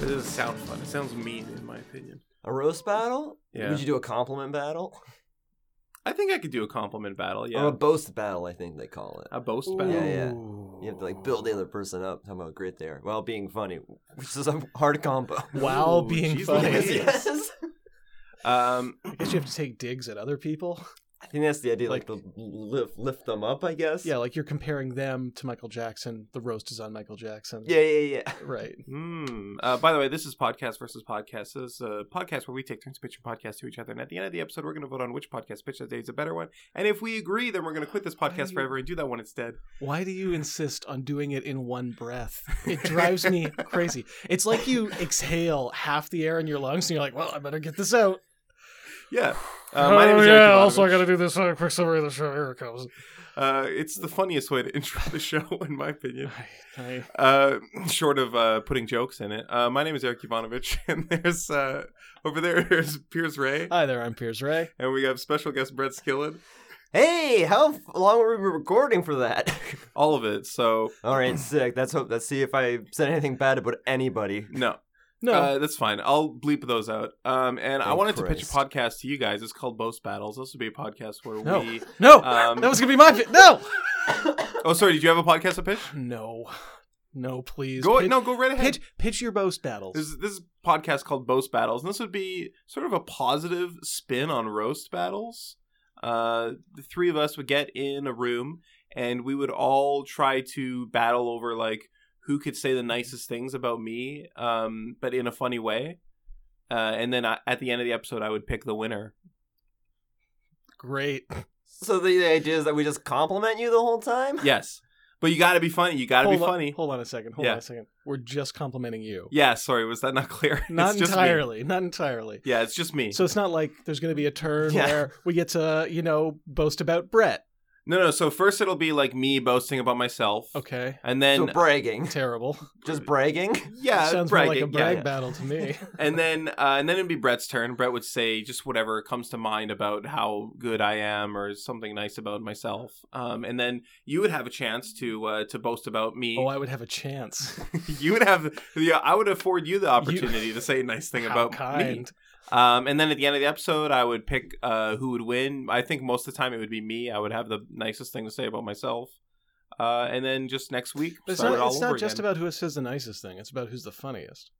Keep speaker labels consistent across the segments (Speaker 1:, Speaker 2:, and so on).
Speaker 1: doesn't sound fun. It sounds mean, in my opinion.
Speaker 2: A roast battle?
Speaker 1: Yeah.
Speaker 2: Would you do a compliment battle?
Speaker 1: I think I could do a compliment battle. Yeah,
Speaker 2: Or a boast battle, I think they call it.
Speaker 1: a boast battle.
Speaker 2: Yeah, yeah. You have to like build
Speaker 1: Oh.
Speaker 2: the other person up, talking about great there, while being funny, which is a hard combo.
Speaker 3: While
Speaker 1: Ooh,
Speaker 3: being
Speaker 1: she's
Speaker 3: funny.
Speaker 1: like-
Speaker 3: I
Speaker 1: Um,
Speaker 3: guess you have to take digs at other people.
Speaker 2: I think that's the idea, like, to lift lift them up, I guess.
Speaker 3: Yeah, like you're comparing them to Michael Jackson. The roast is on Michael Jackson.
Speaker 2: yeah, yeah, yeah.
Speaker 3: Right.
Speaker 1: Hmm. Uh, by the way, this is podcast versus podcast. This is a podcast where we take turns pitching podcasts to each other, and at the end of the episode, we're going to vote on which podcast pitch that day is a better one. And if we agree, then we're going to quit this podcast forever and do that one instead.
Speaker 3: Why do you insist on doing it in one breath? It drives me crazy. It's like you exhale half the air in your lungs and you're like, well, I better get this out.
Speaker 1: Yeah. Uh, my name
Speaker 3: Oh,
Speaker 1: is Eric Ivanovich.
Speaker 3: got to do this uh, quick summary of the show. Here it comes.
Speaker 1: uh, It's the funniest way to intro the show, in my opinion.
Speaker 3: I, I,
Speaker 1: Uh, short of uh, putting jokes in it. Uh, my name is Eric Ivanovich, and there's uh, over there is Piers Ray,
Speaker 3: hi there, I'm Piers Ray.
Speaker 1: and we have special guest Brett Skillen.
Speaker 2: Hey, how f- long were we recording for that?
Speaker 1: All of it. So
Speaker 2: All right, sick. Let's hope. Let's see if I said anything bad about anybody.
Speaker 1: no,
Speaker 3: No,
Speaker 1: Uh, that's fine. I'll bleep those out. Um, and I
Speaker 2: Oh,
Speaker 1: wanted to pitch a
Speaker 2: Christ.
Speaker 1: podcast to you guys. It's called Boast Battles. This would be a podcast where
Speaker 3: No.
Speaker 1: we.
Speaker 3: no,
Speaker 1: Um,
Speaker 3: that was gonna be my fi- no,
Speaker 1: Oh, sorry. Did you have a podcast to pitch?
Speaker 3: no, no, please.
Speaker 1: Go
Speaker 3: pitch,
Speaker 1: no, go right ahead.
Speaker 3: pitch, pitch your boast battles.
Speaker 1: There's this is a podcast called Boast Battles, and this would be sort of a positive spin on roast battles. Uh, the three of us would get in a room, and we would all try to battle over like who could say the nicest things about me, um, but in a funny way. Uh, and then I, at the end of the episode, I would pick the winner.
Speaker 3: Great.
Speaker 2: So the, the idea is that we just compliment you the whole time.
Speaker 1: Yes. But you got to be funny. You got to be
Speaker 3: hold on,
Speaker 1: funny.
Speaker 3: Hold on a second. Hold
Speaker 1: Yeah.
Speaker 3: on a second. We're just complimenting you.
Speaker 1: Yeah, sorry, was that not clear?
Speaker 3: Not
Speaker 1: It's just me.
Speaker 3: entirely. Not entirely.
Speaker 1: Yeah, it's just me.
Speaker 3: So it's not like there's going to be a turn
Speaker 2: Yeah.
Speaker 3: where we get to, you know, boast about Brett.
Speaker 1: no, no, so first it'll be like me boasting about myself.
Speaker 3: Okay.
Speaker 1: And then
Speaker 2: So bragging,
Speaker 3: Terrible.
Speaker 2: just bragging.
Speaker 1: yeah,
Speaker 3: Sounds more like a
Speaker 1: bragging, yeah.
Speaker 3: brag battle to me.
Speaker 1: And then uh, and then it'd be Brett's turn. Brett would say just whatever comes to mind about how good I am or something nice about myself. Um, and then you would have a chance to uh, to boast about me.
Speaker 3: oh, I would have a chance.
Speaker 1: you would have yeah, I would afford you the opportunity to say a nice thing
Speaker 3: How
Speaker 1: about me.
Speaker 3: kind.
Speaker 1: Um, and then at the end of the episode, I would pick uh, who would win. I think most of the time it would be me. I would have the nicest thing to say about myself. Uh, and then just next week,
Speaker 3: But it's
Speaker 1: start
Speaker 3: not,
Speaker 1: it all
Speaker 3: it's
Speaker 1: over
Speaker 3: not just
Speaker 1: again.
Speaker 3: about who says the nicest thing. It's about who's the funniest.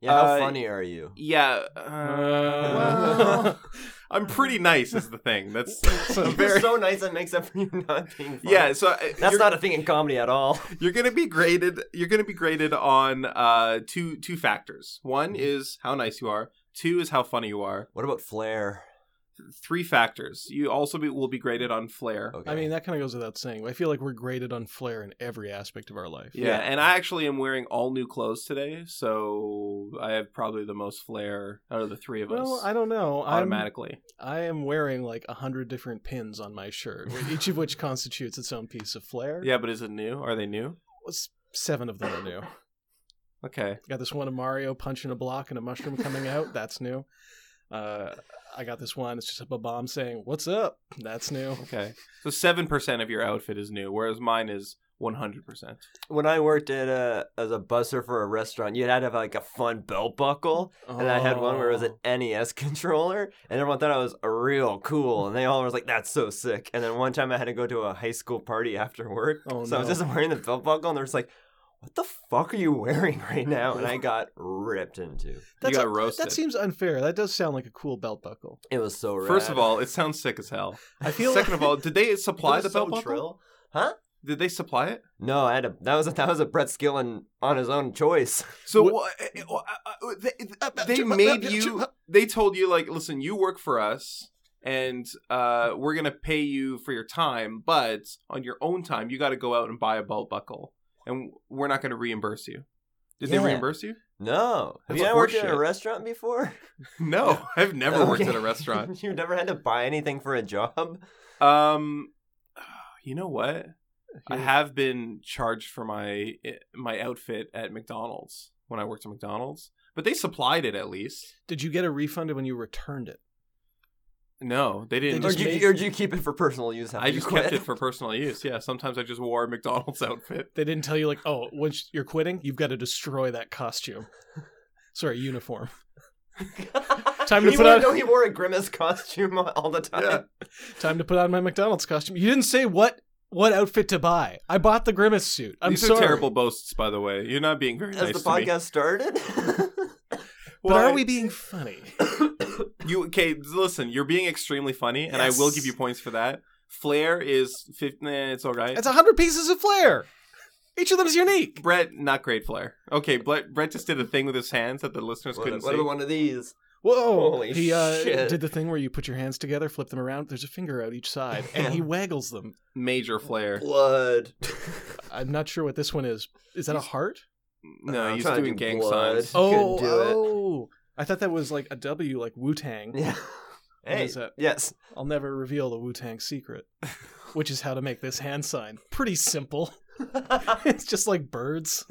Speaker 2: Yeah, how
Speaker 1: Uh,
Speaker 2: funny are you?
Speaker 1: Yeah, uh, well, I'm pretty nice is the thing. That's
Speaker 3: So-
Speaker 1: so
Speaker 2: You're
Speaker 1: very
Speaker 2: so nice that makes up for you not being. Funny.
Speaker 1: yeah. So uh,
Speaker 2: that's
Speaker 1: you're,
Speaker 2: not a thing in comedy at all.
Speaker 1: you're gonna be graded. You're gonna be graded on uh, two two factors. One is how nice you are. Two is how funny you are.
Speaker 2: What about flair?
Speaker 1: Three factors. You also be, will be graded on flair.
Speaker 2: Okay.
Speaker 3: I mean, that kind of goes without saying. I feel like we're graded on flair in every aspect of our life.
Speaker 1: Yeah, and I actually am wearing all new clothes today, so I have probably the most flair out of the three of
Speaker 3: Well,
Speaker 1: us.
Speaker 3: I don't know. I'm,
Speaker 1: automatically.
Speaker 3: I am wearing like a hundred different pins on my shirt, each of which constitutes its own piece of flair.
Speaker 1: Yeah, but is it new? Are they new?
Speaker 3: S- Seven of them are new.
Speaker 1: Okay.
Speaker 3: Got this one of Mario punching a block and a mushroom coming out. That's new. Uh, I got this one. It's just a bomb saying "What's up?" That's new.
Speaker 1: Okay. So seven percent of your outfit is new, whereas mine is one hundred percent.
Speaker 2: when I worked at a as a busser for a restaurant, you had to have like a fun belt buckle, and I had one where it was an
Speaker 3: Oh.
Speaker 2: NES controller, and everyone thought I was real cool, and they all was like, "That's so sick." And then one time I had to go to a high school party after work,
Speaker 3: Oh,
Speaker 2: so I was
Speaker 3: no.
Speaker 2: just wearing the belt buckle, and they're just like, "What the fuck are you wearing right now?" And I got ripped into.
Speaker 3: That's
Speaker 1: got
Speaker 3: a-
Speaker 1: roasted.
Speaker 3: That seems unfair. That does sound like a cool belt buckle.
Speaker 2: It was so. Rad.
Speaker 1: First of all, it sounds sick as hell.
Speaker 3: I feel
Speaker 1: Second of all, did they
Speaker 2: It
Speaker 1: supply
Speaker 2: was
Speaker 1: the
Speaker 2: so
Speaker 1: belt buckle?
Speaker 2: trill.
Speaker 1: Did they supply it?
Speaker 2: No, I had a that was a, that was a Brett Skillen on his own choice.
Speaker 1: So
Speaker 3: What-
Speaker 1: wha- eh, eh, wha- uh, uh, they, they made you. They told you like, listen, you work for us, and uh, we're gonna pay you for your time, but on your own time, you got to go out and buy a belt buckle, and we're not gonna reimburse you. Did
Speaker 2: Yeah.
Speaker 1: they reimburse you?
Speaker 2: No, have
Speaker 1: That's
Speaker 2: you ever worked at a
Speaker 1: horseshit.
Speaker 2: restaurant before?
Speaker 1: No, I've never worked
Speaker 2: Okay.
Speaker 1: at a restaurant.
Speaker 2: you never had to buy anything for a job.
Speaker 1: Um, you know what? I have been charged for my eh, my outfit at McDonald's when I worked at McDonald's, but they supplied it at least.
Speaker 3: Did you get a refund when you returned it?
Speaker 1: No, they didn't.
Speaker 2: Or
Speaker 3: just
Speaker 2: do,
Speaker 3: made-
Speaker 2: you, or do you keep it for personal use? After
Speaker 1: I
Speaker 2: you
Speaker 1: just
Speaker 2: quit?
Speaker 1: kept it for personal use. Yeah, sometimes I just wore a McDonald's outfit.
Speaker 3: They didn't tell you like, oh, once you're quitting, you've got to destroy that costume. Sorry, uniform. Time to
Speaker 2: you
Speaker 3: put
Speaker 2: wanna
Speaker 3: on-
Speaker 2: know he wore a grimace costume all- all the time.
Speaker 1: Yeah.
Speaker 3: Time to put on my McDonald's costume. You didn't say what what outfit to buy. I bought the grimace suit. I'm
Speaker 1: These
Speaker 3: sorry.
Speaker 1: are terrible boasts, by the way. You're not being very
Speaker 2: As
Speaker 1: nice
Speaker 2: the
Speaker 1: to me.
Speaker 2: podcast started.
Speaker 3: But
Speaker 1: Why-
Speaker 3: are we being funny?
Speaker 1: You okay? Listen, you're being extremely funny, and I will give you points for that. Flair is fifteen. it's all right.
Speaker 3: It's a hundred pieces of flair. Each of them's unique.
Speaker 1: Brett, not great flair. Okay, Brett, Brett just did a thing with his hands that the listeners
Speaker 2: what
Speaker 1: couldn't
Speaker 2: what
Speaker 1: see.
Speaker 2: are one of these?
Speaker 3: Whoa!
Speaker 2: Holy
Speaker 3: he uh,
Speaker 2: shit.
Speaker 3: did the thing where you put your hands together, flip them around. There's a finger out each side, and he waggles them.
Speaker 1: Major flair.
Speaker 2: Blood.
Speaker 3: I'm not sure what this one is. Is that a heart?
Speaker 1: No,
Speaker 2: I'm
Speaker 1: he's
Speaker 2: trying to
Speaker 1: doing
Speaker 2: do
Speaker 1: gang
Speaker 2: blood.
Speaker 1: signs.
Speaker 3: Oh,
Speaker 2: Couldn't do it.
Speaker 3: oh! I thought that was like a W, like Wu Tang.
Speaker 2: yeah.
Speaker 3: What
Speaker 2: Hey.
Speaker 3: is that?
Speaker 2: Yes.
Speaker 3: I'll never reveal the Wu Tang secret, which is how to make this hand sign. Pretty simple. it's just like birds.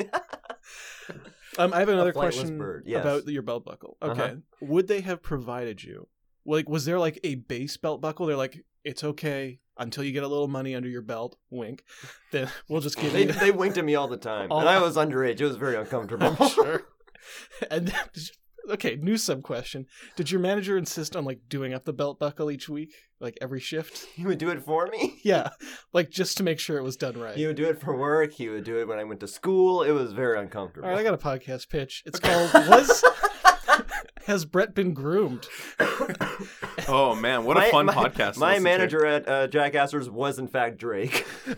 Speaker 3: um, I have another
Speaker 2: flightless
Speaker 3: question
Speaker 2: bird, yes.
Speaker 3: about your belt buckle. Okay,
Speaker 2: Uh-huh.
Speaker 3: would they have provided you? Like, was there like a base belt buckle? They're like, it's okay until you get a little money under your belt. Wink. Then we'll just give
Speaker 2: They,
Speaker 3: you.
Speaker 2: they winked at me all the time,
Speaker 3: All-
Speaker 2: and I was underage. It was very uncomfortable.
Speaker 3: I'm sure. and then, okay, new sub question: Did your manager insist on like doing up the belt buckle each week, like every shift?
Speaker 2: he would do it for me.
Speaker 3: Yeah, like just to make sure it was done right.
Speaker 2: He would do it for work. He would do it when I went to school. It was very uncomfortable.
Speaker 3: All right, I got a podcast pitch. It's called "Was Has Brett Been Groomed?"
Speaker 1: Oh man, what
Speaker 2: My-
Speaker 1: a fun
Speaker 2: my-
Speaker 1: podcast! to
Speaker 2: My
Speaker 1: listen to.
Speaker 2: manager at uh, Jack Astor's was in fact Drake.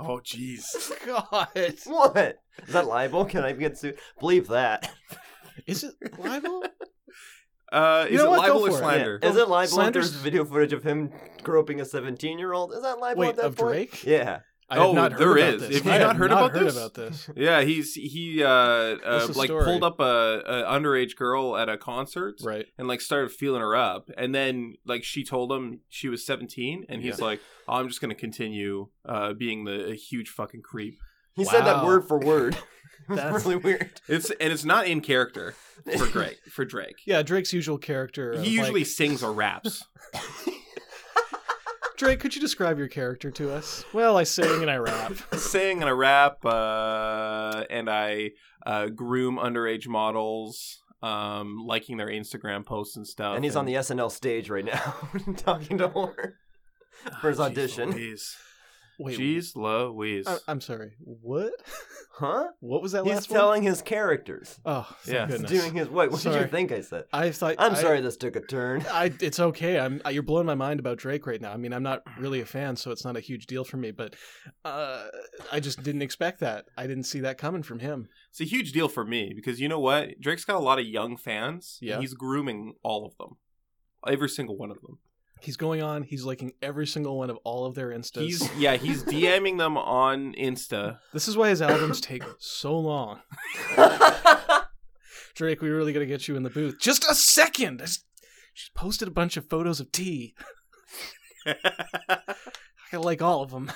Speaker 1: Oh jeez.
Speaker 3: God,
Speaker 2: what? Is that libel? Can I get sued? Believe that.
Speaker 3: is it libel?
Speaker 1: Uh,
Speaker 3: You
Speaker 1: is
Speaker 3: know
Speaker 1: it
Speaker 3: what? Go
Speaker 1: libel or
Speaker 3: for it.
Speaker 1: slander?
Speaker 2: Is it libel
Speaker 3: Slander's-
Speaker 2: if there's video footage of him groping a 17 year old? Is that libel
Speaker 3: Wait,
Speaker 2: at that
Speaker 3: of
Speaker 2: point?
Speaker 3: Drake?
Speaker 2: Yeah.
Speaker 3: I have
Speaker 1: Oh,
Speaker 3: not heard
Speaker 1: there
Speaker 3: about
Speaker 1: is.
Speaker 3: This.
Speaker 1: Have you
Speaker 3: I
Speaker 1: not
Speaker 3: have
Speaker 1: heard
Speaker 3: not
Speaker 1: about
Speaker 3: heard
Speaker 1: this?
Speaker 3: about this?
Speaker 1: Yeah, he's he uh, uh
Speaker 3: What's the
Speaker 1: like
Speaker 3: story?
Speaker 1: pulled up a, a underage girl at a concert
Speaker 3: Right.
Speaker 1: and like started feeling her up and then like she told him she was 17 and he's
Speaker 3: Yeah.
Speaker 1: like "Oh, I'm just going to continue uh being the a huge fucking creep.
Speaker 2: He said that
Speaker 3: Wow.
Speaker 2: word for word. It was
Speaker 3: That's-
Speaker 2: really weird.
Speaker 1: It's and it's not in character for Drake for Drake.
Speaker 3: Yeah, Drake's usual character. of,
Speaker 1: He usually
Speaker 3: like-
Speaker 1: sings or raps.
Speaker 3: Drake. Could you describe your character to us? Well, I sing and I rap.
Speaker 1: Sing and I rap uh and I uh groom underage models um liking their Instagram posts and stuff.
Speaker 2: And he's on the SNL stage right now talking to her for his
Speaker 1: Jeez
Speaker 2: audition.
Speaker 1: ah, Louise.
Speaker 3: Wait, Oh,
Speaker 1: Jeez Louise.
Speaker 3: I, I'm sorry. What?
Speaker 2: Huh?
Speaker 3: What was that
Speaker 2: He's
Speaker 3: last
Speaker 2: telling his characters.
Speaker 3: one? Oh, thank
Speaker 1: Yeah.
Speaker 2: He's
Speaker 3: goodness.
Speaker 2: doing his. Wait, what did
Speaker 3: Sorry.
Speaker 2: you think I said?
Speaker 3: I thought.
Speaker 2: I'm
Speaker 3: I-
Speaker 2: sorry this took a turn.
Speaker 3: I, it's okay. I'm I- you're blowing my mind about Drake right now. I mean, I'm not really a fan, so it's not a huge deal for me. But uh, I just didn't expect that. I didn't see that coming from him.
Speaker 1: It's a huge deal for me because you know what? Drake's got a lot of young fans. and
Speaker 3: Yeah.
Speaker 1: He's grooming all of them. Every single one of them.
Speaker 3: He's going on. He's liking every single one of all of their instas.
Speaker 1: He's yeah, he's DMing them on Insta.
Speaker 3: This is why his albums take so long. Drake, we really got to get you in the booth. Just a second. I s- She posted a bunch of photos of tea. I like all of them.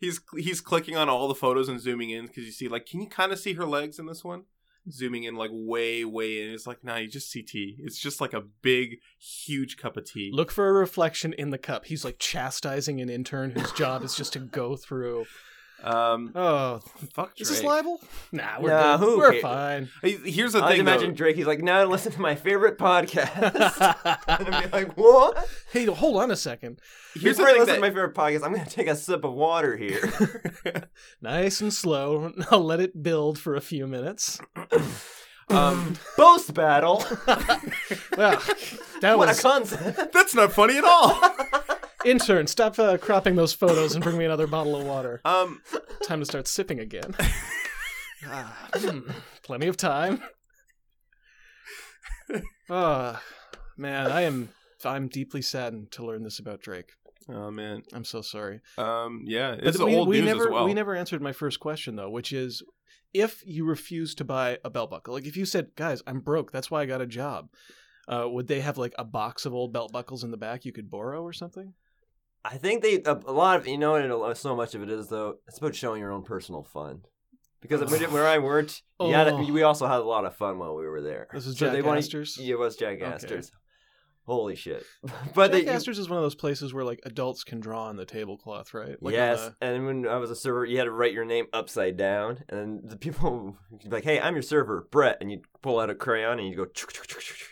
Speaker 1: he's he's clicking on all the photos and zooming in because you see like can you kind of see her legs in this one? Zooming in like way way in. It's like, nah, you just see tea. It's just like a big huge cup of tea.
Speaker 3: Look for a reflection in the cup. He's like chastising an intern whose job is just to go through.
Speaker 1: Um
Speaker 3: Oh,
Speaker 1: fuck Drake.
Speaker 3: Is this libel? Nah, we're
Speaker 2: Nah,
Speaker 3: good.
Speaker 2: who
Speaker 3: we're
Speaker 2: cares?
Speaker 3: fine.
Speaker 1: Hey, Here's the
Speaker 2: I'd
Speaker 1: thing though.
Speaker 2: imagine Drake. He's like, now listen to my favorite podcast. and I'd be
Speaker 3: hey,
Speaker 2: like, what?
Speaker 3: hold on a second.
Speaker 1: Here's the
Speaker 2: Before I
Speaker 1: thing
Speaker 2: listen
Speaker 1: that
Speaker 2: to my favorite podcast, I'm going to take a sip of water here.
Speaker 3: Nice and slow. I'll let it build for a few minutes.
Speaker 1: um
Speaker 2: Boast battle.
Speaker 3: Well, that
Speaker 2: what
Speaker 3: was
Speaker 2: a concept.
Speaker 1: that's not funny at all.
Speaker 3: intern. Stop uh, cropping those photos and bring me another bottle of water.
Speaker 1: Um
Speaker 3: Time to start sipping again. Ah, hmm, plenty of time. Ah, man, I am. I'm deeply saddened to learn this about Drake.
Speaker 1: Oh man.
Speaker 3: I'm so sorry.
Speaker 1: Um, yeah,
Speaker 3: But
Speaker 1: it's
Speaker 3: we,
Speaker 1: old
Speaker 3: we
Speaker 1: news
Speaker 3: never
Speaker 1: as well.
Speaker 3: we never answered my first question though, which is if you refuse to buy a belt buckle, like if you said, "Guys, I'm broke. That's why I got a job." Uh, would they have like a box of old belt buckles in the back you could borrow or something?
Speaker 2: I think they a, a lot of you know and a- so much of it is though it's about showing your own personal fun because when- where I worked yeah
Speaker 3: Oh.
Speaker 2: we also had a lot of fun while we were there
Speaker 3: This is
Speaker 2: So
Speaker 3: Jack
Speaker 2: they wanted-
Speaker 3: Astor's?
Speaker 2: yeah it was Jack
Speaker 3: Okay.
Speaker 2: Astor's Holy shit! But they,
Speaker 3: Jackmasters is one of those places where like adults can draw on the tablecloth, right? Like on
Speaker 2: yes,
Speaker 3: the-
Speaker 2: and when I was a server, you had to write your name upside down, and the people would be like, "Hey, I'm your server, Brett," and you'd pull out a crayon and you'd go,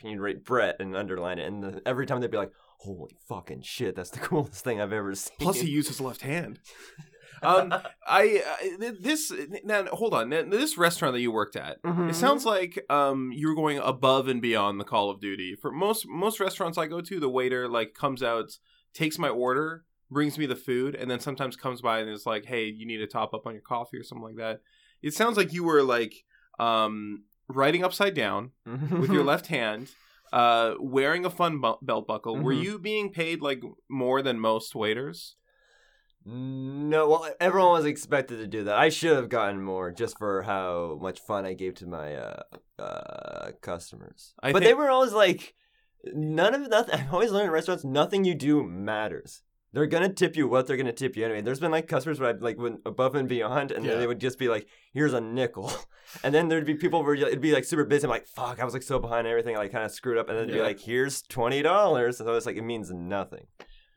Speaker 2: and you'd write Brett and underline it, and the, every time they'd be like, "Holy fucking shit, that's the coolest thing I've ever seen."
Speaker 1: Plus, he used his left hand. Um, I uh, th- this now hold on. Now, This restaurant that you worked at,
Speaker 2: Mhm.
Speaker 1: it sounds like um you're going above and beyond the Call of Duty. For most most restaurants I go to, the waiter like comes out, takes my order, brings me the food, and then sometimes comes by and is like, "Hey, you need to top up on your coffee or something like that." It sounds like you were like um writing upside down
Speaker 2: Mm-hmm.
Speaker 1: with your left hand, uh, wearing a fun bu- belt buckle. Were
Speaker 2: Mhm.
Speaker 1: you being paid like more than most waiters?
Speaker 2: No, well, everyone was expected to do that. I should have gotten more just for how much fun I gave to my uh, uh, customers.
Speaker 1: I
Speaker 2: but
Speaker 1: think-
Speaker 2: they were always like, none of nothing. I've always learned in restaurants, nothing you do matters. They're gonna tip you what they're gonna tip you anyway. There's been like customers where I like went above and beyond, and
Speaker 3: Yeah.
Speaker 2: they would just be like, "Here's a nickel," and then there'd be people where it'd be like super busy. I'm like, "Fuck!" I was like so behind everything, I like kind of screwed up, and then it'd
Speaker 3: Yeah.
Speaker 2: be like, "Here's twenty dollars," and I was like, "It means nothing."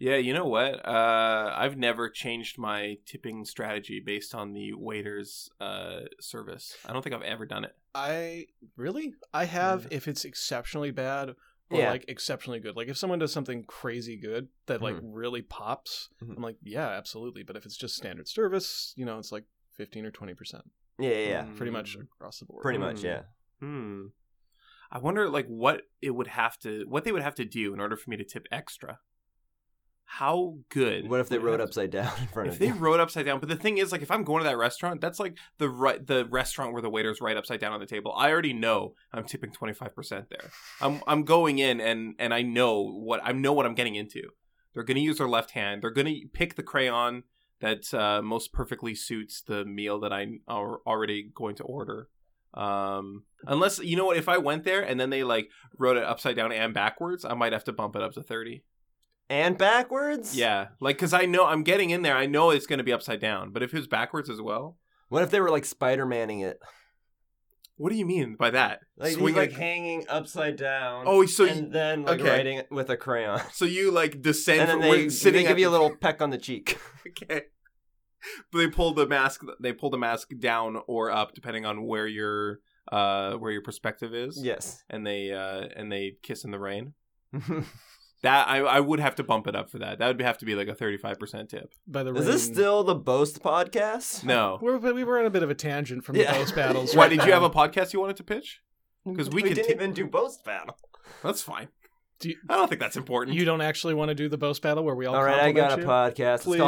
Speaker 1: Yeah, you know what? Uh, I've never changed my tipping strategy based on the waiter's uh, service. I don't think I've ever done it.
Speaker 3: I really I have if it's exceptionally bad or
Speaker 2: Yeah.
Speaker 3: like exceptionally good. Like if someone does something crazy good that like
Speaker 1: Mm-hmm.
Speaker 3: really pops,
Speaker 2: Mhm.
Speaker 3: I'm like, yeah, absolutely. But if it's just standard service, you know, it's like fifteen or twenty percent,
Speaker 2: Yeah, yeah, yeah.
Speaker 1: Mm.
Speaker 3: pretty much across the board.
Speaker 2: pretty much,
Speaker 1: Mm.
Speaker 2: yeah.
Speaker 1: Hmm. I wonder, like, what it would have to, what they would have to do in order for me to tip extra. How good?
Speaker 2: What if they
Speaker 1: would it
Speaker 2: wrote
Speaker 1: have
Speaker 2: upside down in front
Speaker 1: If
Speaker 2: of
Speaker 1: they
Speaker 2: you?
Speaker 1: wrote upside down, but the thing is, like, if I'm going to that restaurant, that's like the right the restaurant where the waiter's right upside down on the table. I already know I'm tipping twenty five percent there. I'm I'm going in and and I know what I know what I'm getting into. They're gonna use their left hand. They're gonna pick the crayon that uh, most perfectly suits the meal that I'm al- already going to order. Um, unless you know what, if I went there and then they like wrote it upside down and backwards, I might have to bump it up to thirty.
Speaker 2: and backwards?
Speaker 1: Yeah, like because I know I'm getting in there. I know it's going to be upside down. But if it's backwards as well,
Speaker 2: What if they were like Spider Manning it?
Speaker 1: what do you mean by that?
Speaker 2: Like
Speaker 1: Swing
Speaker 2: he's like
Speaker 1: it-
Speaker 2: hanging upside down.
Speaker 1: oh, so
Speaker 2: and
Speaker 1: you,
Speaker 2: then like
Speaker 1: okay.
Speaker 2: writing it with a crayon.
Speaker 1: so you like descend
Speaker 2: And, then
Speaker 1: from
Speaker 2: they,
Speaker 1: where- sitting
Speaker 2: they
Speaker 1: at
Speaker 2: give you a
Speaker 1: the-
Speaker 2: little peck on the cheek.
Speaker 1: okay. But they pull the mask. They pull the mask down or up depending on where your uh where your perspective is.
Speaker 2: yes.
Speaker 1: and they uh and they kiss in the rain.
Speaker 2: Is
Speaker 1: That I I would have to bump it up for that. That would have to be like a thirty five percent tip.
Speaker 3: By the
Speaker 2: this
Speaker 3: rain-
Speaker 2: still the boast podcast?
Speaker 1: No.
Speaker 3: We're, we were on a bit of a tangent from
Speaker 2: Yeah.
Speaker 3: the post battles.
Speaker 1: Why did you have a podcast you wanted to pitch? 'Cause we could
Speaker 2: didn't
Speaker 1: ta-
Speaker 2: even do boast battle.
Speaker 1: That's fine.
Speaker 3: Do you-
Speaker 1: I don't think that's important.
Speaker 3: You don't actually want to do the boast battle where we all.
Speaker 2: All right, I got a
Speaker 3: compliment
Speaker 2: podcast. It's
Speaker 3: Please.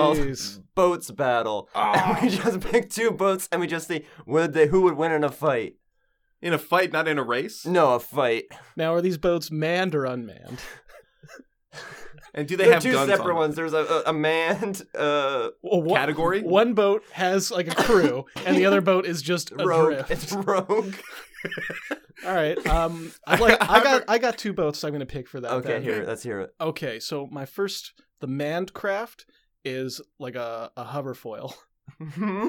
Speaker 2: called Boats Battle.
Speaker 1: Ah.
Speaker 2: And we just pick two boats and we just see would they who would win in a fight.
Speaker 1: in a fight, not in a race.
Speaker 2: No, a fight.
Speaker 3: you? Now, are these boats manned or unmanned?
Speaker 1: And do they
Speaker 2: They're
Speaker 1: have
Speaker 2: two
Speaker 1: guns
Speaker 2: separate
Speaker 1: on them?
Speaker 2: ones. There's a, a, a manned uh,
Speaker 3: Well, one,
Speaker 1: Category?
Speaker 3: One boat has like a crew, and the other boat is just a
Speaker 2: rogue.
Speaker 3: drift.
Speaker 2: It's rogue.
Speaker 3: All right. Um, I'd like, I got I got two boats. So I'm going to pick for that.
Speaker 2: Okay,
Speaker 3: then.
Speaker 2: here, let's hear it.
Speaker 3: Okay, so my first, the manned craft is like a a hoverfoil. Mm-hmm.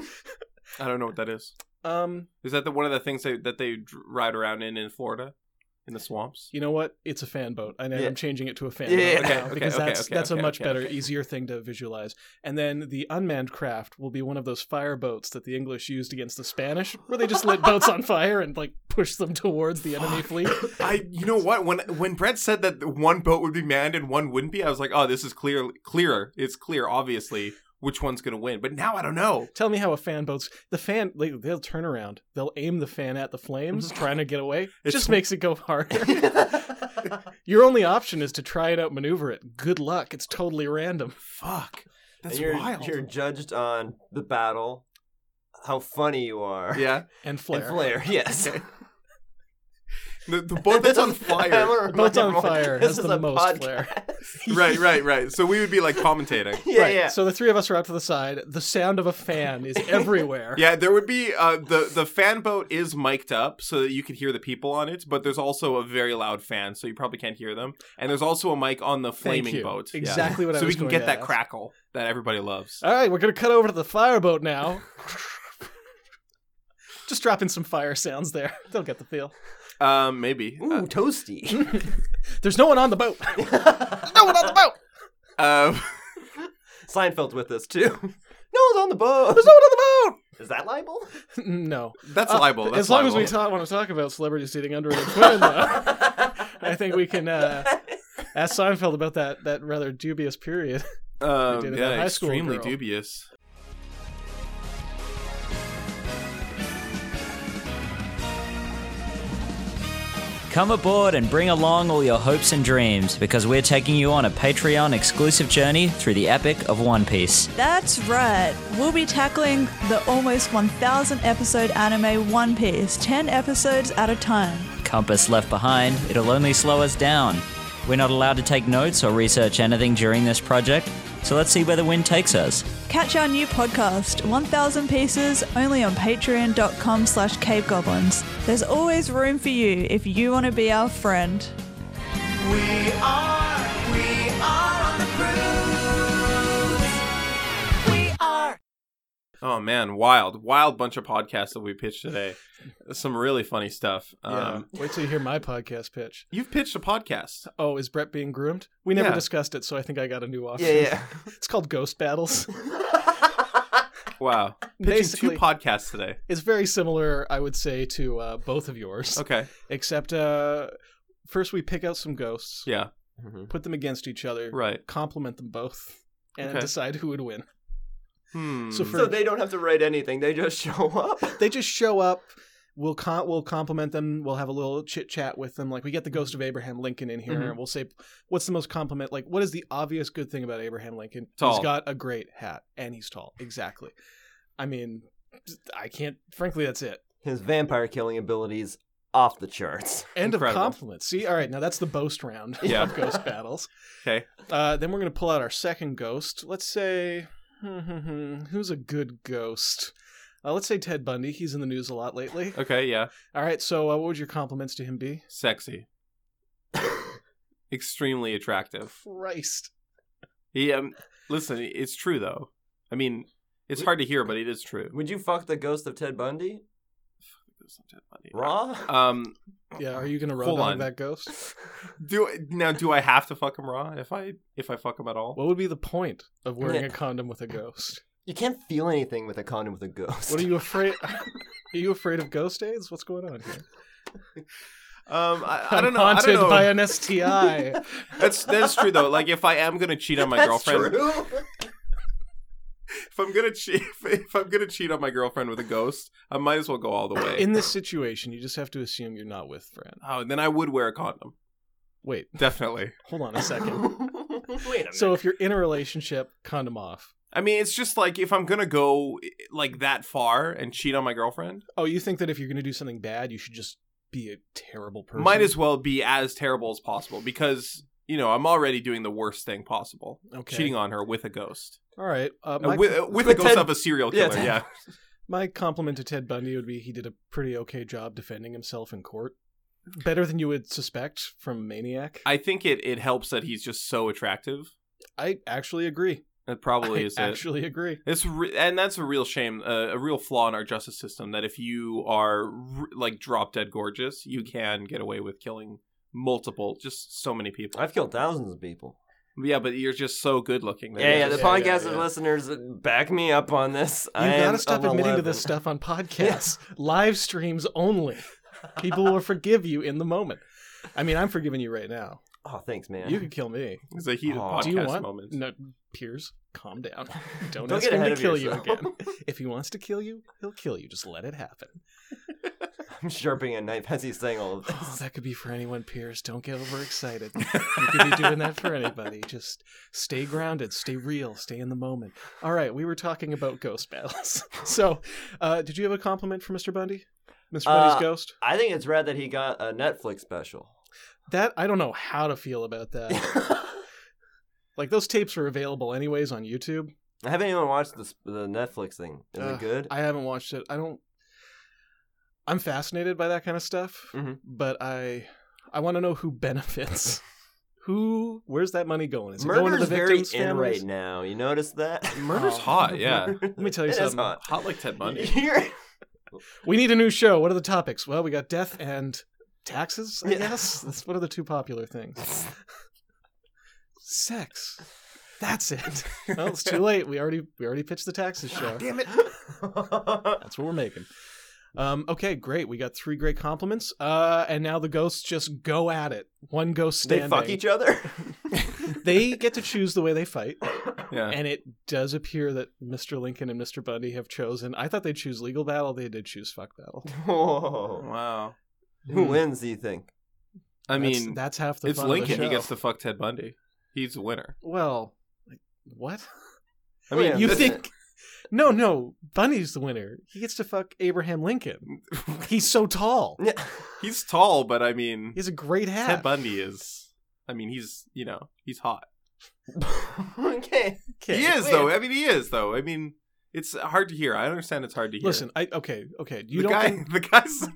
Speaker 1: I don't know what that is.
Speaker 3: Um,
Speaker 1: Is that the one of the things that, that they dr- ride around in in Florida, in the swamps?
Speaker 3: you know what? It's a fan boat. I know
Speaker 2: Yeah.
Speaker 3: I'm changing it to a fan
Speaker 2: Yeah,
Speaker 3: boat
Speaker 2: yeah,
Speaker 1: okay,
Speaker 3: now
Speaker 1: okay,
Speaker 3: because
Speaker 1: okay,
Speaker 3: that's
Speaker 1: okay,
Speaker 3: that's
Speaker 1: okay,
Speaker 3: a much
Speaker 1: okay,
Speaker 3: better,
Speaker 1: okay.
Speaker 3: easier thing to visualize. And then the unmanned craft will be one of those fire boats that the English used against the Spanish, where they just lit boats on fire and like push them towards the enemy fleet.
Speaker 1: I, you know what? When when Brett said that the one boat would be manned and one wouldn't be, I was like, oh, this is clear, clearer. It's clear, obviously, which one's gonna win. But now I don't know.
Speaker 3: Tell me how a fan boat's the fan like, they'll turn around, they'll aim the fan at the flames, trying to get away. It
Speaker 1: Mm-hmm. It's-
Speaker 3: just makes it go harder. Your only option is to try and outmaneuver it. Good luck. It's totally random.
Speaker 1: Fuck,
Speaker 2: And
Speaker 1: that's
Speaker 2: you're,
Speaker 1: wild.
Speaker 2: you're judged on the battle, how funny you are.
Speaker 1: Yeah,
Speaker 3: And
Speaker 2: And
Speaker 3: flare.
Speaker 2: flair, yes.
Speaker 1: Okay. the, the boat that's on
Speaker 2: I
Speaker 1: fire.
Speaker 2: wanna
Speaker 3: Boats
Speaker 2: remind
Speaker 3: on
Speaker 2: everyone,
Speaker 3: fire
Speaker 2: This
Speaker 3: has
Speaker 2: is
Speaker 3: the
Speaker 2: a
Speaker 3: most
Speaker 2: podcast.
Speaker 3: flair.
Speaker 1: right, right, right. So we would be like commentating.
Speaker 2: Yeah,
Speaker 3: right.
Speaker 2: yeah.
Speaker 3: So the three of us are out to the side. The sound of a fan is everywhere.
Speaker 1: Yeah, there would be uh, the the fan boat is mic'd up so that you could hear the people on it, but there's also a very loud fan, so you probably can't hear them. And there's also a mic on the
Speaker 3: Thank
Speaker 1: flaming
Speaker 3: you.
Speaker 1: boat, Yeah.
Speaker 3: Exactly what I
Speaker 1: so
Speaker 3: was
Speaker 1: we can
Speaker 3: going
Speaker 1: get
Speaker 3: to
Speaker 1: that
Speaker 3: ask. Uh,
Speaker 1: crackle that everybody loves.
Speaker 3: All right, we're gonna cut over to the fireboat now. Just drop in some fire sounds there. They'll get the feel.
Speaker 1: Um, maybe.
Speaker 3: uh,
Speaker 2: Ooh, toasty.
Speaker 3: There's no one on the boat. no one on the boat.
Speaker 1: Uh, um,
Speaker 2: Seinfeld with us too. No one's on the boat.
Speaker 3: There's no one on
Speaker 2: Is that libel?
Speaker 3: the boat. no.
Speaker 1: that's
Speaker 3: Uh,
Speaker 1: libel. That's
Speaker 3: as long as
Speaker 1: libel.
Speaker 3: we ta- want to talk about celebrities dating underage women, though, I think we can uh, ask Seinfeld about that that rather dubious period.
Speaker 1: Um,
Speaker 3: did it
Speaker 1: yeah,
Speaker 3: at high school
Speaker 1: extremely
Speaker 3: girl.
Speaker 1: dubious.
Speaker 4: Come aboard and bring along all your hopes and dreams because we're taking you on a Patreon exclusive journey through the epic of One Piece.
Speaker 5: That's right. We'll be tackling the almost 1,000 episode anime One Piece, 10 episodes at a time.
Speaker 4: Compass left behind, it'll only slow us down. We're not allowed to take notes or research anything during this project, so let's see where the wind takes us.
Speaker 5: Catch our new podcast, 1000 Pieces, only on patreon.com slash cavegoblins. There's always room for you if you want to be our friend.
Speaker 6: We are, we are on the cruise. We are.
Speaker 1: Oh man, wild, wild bunch of podcasts that we pitched today. Some really funny stuff. Um,
Speaker 3: yeah. Wait till you hear my podcast pitch.
Speaker 1: You've pitched a podcast.
Speaker 3: Oh, is Brett being groomed? We never
Speaker 1: Yeah.
Speaker 3: discussed it, so I think I got a new option.
Speaker 2: yeah, yeah.
Speaker 3: It's called Ghost Battles.
Speaker 1: Wow, pitching
Speaker 3: Basically-
Speaker 1: two podcasts today.
Speaker 3: It's very similar, I would say, to uh, both of yours.
Speaker 1: Okay,
Speaker 3: Except uh, first we pick out some ghosts,
Speaker 1: yeah,
Speaker 3: put them against each other,
Speaker 1: right.
Speaker 3: compliment them both, and
Speaker 1: Okay.
Speaker 3: decide who would win.
Speaker 1: Hmm.
Speaker 3: So for
Speaker 2: So they don't have to write anything. They just show up.
Speaker 3: they just show up. We'll con- we'll compliment them. We'll have a little chit chat with them. Like we get the ghost of
Speaker 1: Mm-hmm.
Speaker 3: Abraham Lincoln in here,
Speaker 1: Mhm.
Speaker 3: and we'll say, "What's the most compliment? Like, what is the obvious good thing about Abraham Lincoln?
Speaker 1: Tall.
Speaker 3: He's got a great hat, and he's tall. Exactly. I mean, I can't. Frankly, that's it.
Speaker 2: His vampire killing abilities off the charts.
Speaker 3: End
Speaker 1: Incredible.
Speaker 3: of compliments. See, all right, now that's the boast round
Speaker 1: Yeah.
Speaker 3: of ghost battles.
Speaker 1: okay,
Speaker 3: Uh, then we're gonna pull out our second ghost. Let's say, hmm, hmm, hmm, who's a good ghost? Uh, let's say Ted Bundy. He's in the news a lot lately.
Speaker 1: okay, yeah.
Speaker 3: All right, so uh, what would your compliments to him be?
Speaker 1: Sexy, extremely attractive.
Speaker 3: Christ.
Speaker 1: He um, listen, it's true though. I mean, it's hard to hear, but it is true.
Speaker 2: Would you fuck the ghost of Ted Bundy? Raw?
Speaker 1: Um,
Speaker 3: Yeah, are you gonna
Speaker 1: Hold
Speaker 3: rub on
Speaker 1: on.
Speaker 3: that ghost?
Speaker 1: do now? Do I have to fuck him raw if I if I fuck him at all?
Speaker 3: What would be the point of wearing a condom with a ghost?
Speaker 2: You can't feel anything with a condom with a ghost.
Speaker 3: What are you afraid? Are you afraid of ghost aids? What's going on here?
Speaker 1: Um, I, I
Speaker 3: I'm
Speaker 1: don't know. I
Speaker 3: Haunted
Speaker 1: don't know.
Speaker 3: by an STI.
Speaker 1: That's that's true though. Like if I am gonna cheat on my
Speaker 2: That's
Speaker 1: girlfriend,
Speaker 2: true.
Speaker 1: if I'm gonna cheat, if, if I'm gonna cheat on my girlfriend with a ghost, I might as well go all the way.
Speaker 3: In this situation, you just have to assume you're not with Fran.
Speaker 1: oh, then I would wear a condom,
Speaker 3: Wait,
Speaker 1: definitely.
Speaker 3: hold on a second.
Speaker 2: Wait a minute.
Speaker 3: So if you're in a relationship, condom off.
Speaker 1: I mean, it's just like if I'm gonna go eh, like that far and cheat on my girlfriend,
Speaker 3: Oh, you think that if you're gonna do something bad, you should just be a terrible person?
Speaker 1: might as well be as terrible as possible because you know I'm already doing the worst thing possible,
Speaker 3: Okay.
Speaker 1: cheating on her with a ghost,
Speaker 3: All right. Uh,
Speaker 1: Uh,
Speaker 3: my,
Speaker 1: with, uh, with a
Speaker 2: with
Speaker 1: ghost
Speaker 2: Ted-
Speaker 1: of a serial
Speaker 2: Yeah,
Speaker 1: killer.
Speaker 2: Ted-
Speaker 1: Yeah,
Speaker 3: my compliment to Ted Bundy would be he did a pretty okay job defending himself in court, better than you would suspect from Maniac.
Speaker 1: I think it it helps that he's just so attractive.
Speaker 3: I actually agree.
Speaker 1: That probably
Speaker 3: I
Speaker 1: is it.
Speaker 3: actually agree.
Speaker 1: It's re- and that's a real shame, uh, a real flaw in our justice system that if you are r- like drop dead gorgeous, you can get away with killing multiple, just so many people.
Speaker 2: I've killed thousands of people.
Speaker 1: yeah, but you're just so good looking. that
Speaker 2: Yeah,
Speaker 1: it
Speaker 2: yeah. The
Speaker 1: just-
Speaker 3: yeah,
Speaker 2: podcast
Speaker 3: yeah.
Speaker 2: listeners back me up on this.
Speaker 3: You
Speaker 2: I am
Speaker 3: gotta stop
Speaker 2: an
Speaker 3: admitting
Speaker 2: 11.
Speaker 3: to this stuff on podcasts, live streams only. People will forgive you in the moment. I mean, I'm forgiving you right now.
Speaker 2: Oh, thanks, man.
Speaker 3: You could kill me.
Speaker 1: it's a heated
Speaker 2: Aw.
Speaker 1: podcast
Speaker 3: Do you want?
Speaker 1: moment.
Speaker 3: No, Piers, calm down. Don't,
Speaker 2: Don't
Speaker 3: ask
Speaker 2: get
Speaker 3: him
Speaker 2: ahead
Speaker 3: to
Speaker 2: of
Speaker 3: kill
Speaker 2: yourself.
Speaker 3: you again. If he wants to kill you, he'll kill you. Just let it happen.
Speaker 2: I'm sharpening a knife as he's saying all of this.
Speaker 3: Oh, that could be for anyone, Piers. Don't get overexcited. you could be doing that for anybody. Just stay grounded, stay real, stay in the moment. All right, we were talking about ghost battles. So, uh, did you have a compliment for Mr. Bundy? Mr. Bundy's
Speaker 2: Uh,
Speaker 3: ghost?
Speaker 2: I think it's rad that he got a Netflix special.
Speaker 3: That I don't know how to feel about that.
Speaker 2: Have
Speaker 3: like those tapes are available anyways on YouTube.
Speaker 2: anyone watched the the Netflix thing? Is
Speaker 3: Ugh,
Speaker 2: it good?
Speaker 3: I haven't watched it. I don't. I'm fascinated by that kind of stuff,
Speaker 2: Mhm.
Speaker 3: but I I want to know who benefits. Who? Where's that money going? Is it going to the
Speaker 2: Murder's very
Speaker 3: victims'
Speaker 2: in
Speaker 3: families?
Speaker 2: right now. You notice that?
Speaker 1: Murder's hot, yeah.
Speaker 2: Let
Speaker 3: me tell you something.
Speaker 2: Oh. Hot.
Speaker 1: Hot like Ted Bundy.
Speaker 2: You're-
Speaker 3: We need a new show. What are the topics? Well, we got death and taxes, I
Speaker 2: Yeah.
Speaker 3: guess. That's one of the two popular things. Sex. That's it. Well, it's too late. We already we already pitched the taxes show.
Speaker 2: Damn it.
Speaker 3: That's what we're making. Um, okay, great. We got three great compliments. Uh, and now the ghosts just go at it. One ghost
Speaker 2: they
Speaker 3: standing.
Speaker 2: fuck each other.
Speaker 3: They get to choose the way they fight,
Speaker 1: Uh-huh. Yeah.
Speaker 3: and it does appear that Mr. Lincoln and Mr. Bundy have chosen. I thought they'd choose legal battle. They did choose fuck battle.
Speaker 2: Whoa.
Speaker 1: wow.
Speaker 3: Hmm.
Speaker 2: Who wins, do you think?
Speaker 1: I mean,
Speaker 3: that's, that's half the
Speaker 1: it's
Speaker 3: fun of the
Speaker 1: Lincoln. He
Speaker 3: show.
Speaker 1: gets to fuck Ted Bundy. He's a winner.
Speaker 3: Well, like, what?
Speaker 1: I mean,
Speaker 2: Yeah,
Speaker 3: you
Speaker 2: but-
Speaker 3: think? No, no. Bundy's the winner. He gets to fuck Abraham Lincoln. He's so tall.
Speaker 2: Yeah.
Speaker 1: he's tall, but I mean,
Speaker 3: He has a great hat.
Speaker 1: Ted Bundy is. I mean, he's you know he's hot.
Speaker 2: okay.
Speaker 3: Okay.
Speaker 1: He is though. I mean, he is though. I mean, it's hard to hear. I understand it's hard to hear.
Speaker 3: Listen, I okay, okay. You
Speaker 1: the
Speaker 3: don't.
Speaker 1: guy,
Speaker 3: think-
Speaker 1: the guy's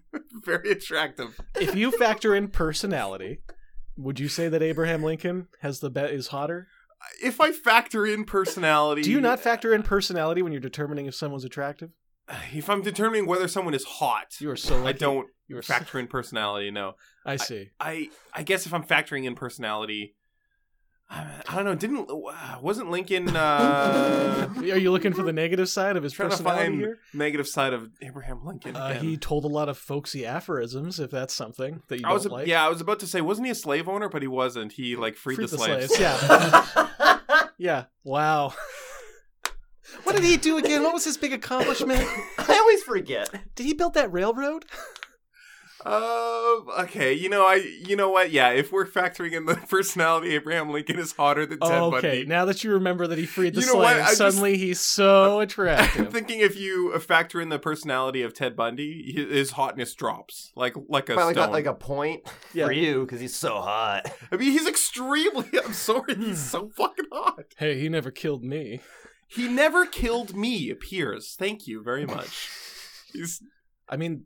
Speaker 1: very attractive.
Speaker 3: if you factor in personality, would you say that Abraham Lincoln has the bet is hotter?
Speaker 1: If I factor in personality,
Speaker 3: Do you not factor in personality when you're determining if someone's attractive?
Speaker 1: If I'm determining whether someone is hot,
Speaker 3: You are so. Lucky.
Speaker 1: I don't
Speaker 3: You are so-
Speaker 1: factor in personality. No,
Speaker 3: I see.
Speaker 1: I I guess if I'm factoring in personality, I, I don't know. Didn't wasn't Lincoln uh,
Speaker 3: Are you looking for the negative side of his
Speaker 1: trying to
Speaker 3: personality
Speaker 1: find
Speaker 3: here?
Speaker 1: negative side of Abraham Lincoln?
Speaker 3: Uh,
Speaker 1: again?
Speaker 3: he told a lot of folksy aphorisms, if that's something that you
Speaker 1: I
Speaker 3: don't
Speaker 1: was
Speaker 3: like.
Speaker 1: yeah, I was about to say, wasn't he a slave owner? But he wasn't. He like freed,
Speaker 3: Freed
Speaker 1: the, slaves.
Speaker 3: Yeah, yeah. Wow. What did he do again? What was his big accomplishment?
Speaker 2: I always forget.
Speaker 3: Did he build that railroad?
Speaker 1: Uh, okay. You know, I. You know what? Yeah, if we're factoring in the personality, Abraham Lincoln is hotter than Ted
Speaker 3: Oh, okay.
Speaker 1: Bundy.
Speaker 3: Now that you remember that he freed the
Speaker 1: You know what?
Speaker 3: slaves,
Speaker 1: I just-
Speaker 3: suddenly he's so
Speaker 1: I'm
Speaker 3: attractive.
Speaker 1: thinking if you uh, factor in the personality of Ted Bundy, hi- his hotness drops like like a
Speaker 2: Probably
Speaker 1: stone.
Speaker 2: got like a point
Speaker 3: Yeah.
Speaker 2: for you because he's so hot.
Speaker 1: I mean, he's extremely. I'm sorry, he's so fucking hot.
Speaker 3: hey, he never killed me.
Speaker 1: He never killed me. Appears. Thank you very much. He's
Speaker 3: I mean,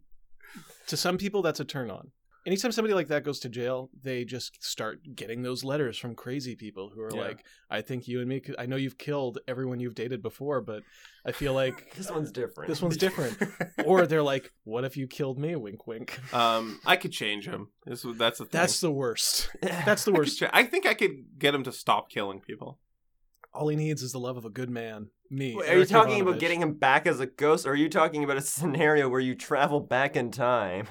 Speaker 3: to some people, that's a turn on. Anytime somebody like that goes to jail, they just start getting those letters from crazy people who are
Speaker 1: Yeah.
Speaker 3: like, I think you and me, could, I know you've killed everyone you've dated before, but I feel like
Speaker 2: This one's different.
Speaker 3: this one's different. or they're like, what if you killed me? Wink, wink.
Speaker 1: um. I could change him. This that's a thing.
Speaker 3: That's the worst. That's the
Speaker 1: I, could
Speaker 3: worst.
Speaker 1: cha- I think I could get him to stop killing people.
Speaker 3: All he needs is the love of a good man. Me.
Speaker 2: Wait, Are you
Speaker 3: Eric
Speaker 2: talking
Speaker 3: Ivanovich.
Speaker 2: about getting him back as a ghost, or are you talking about a scenario where you travel back in time?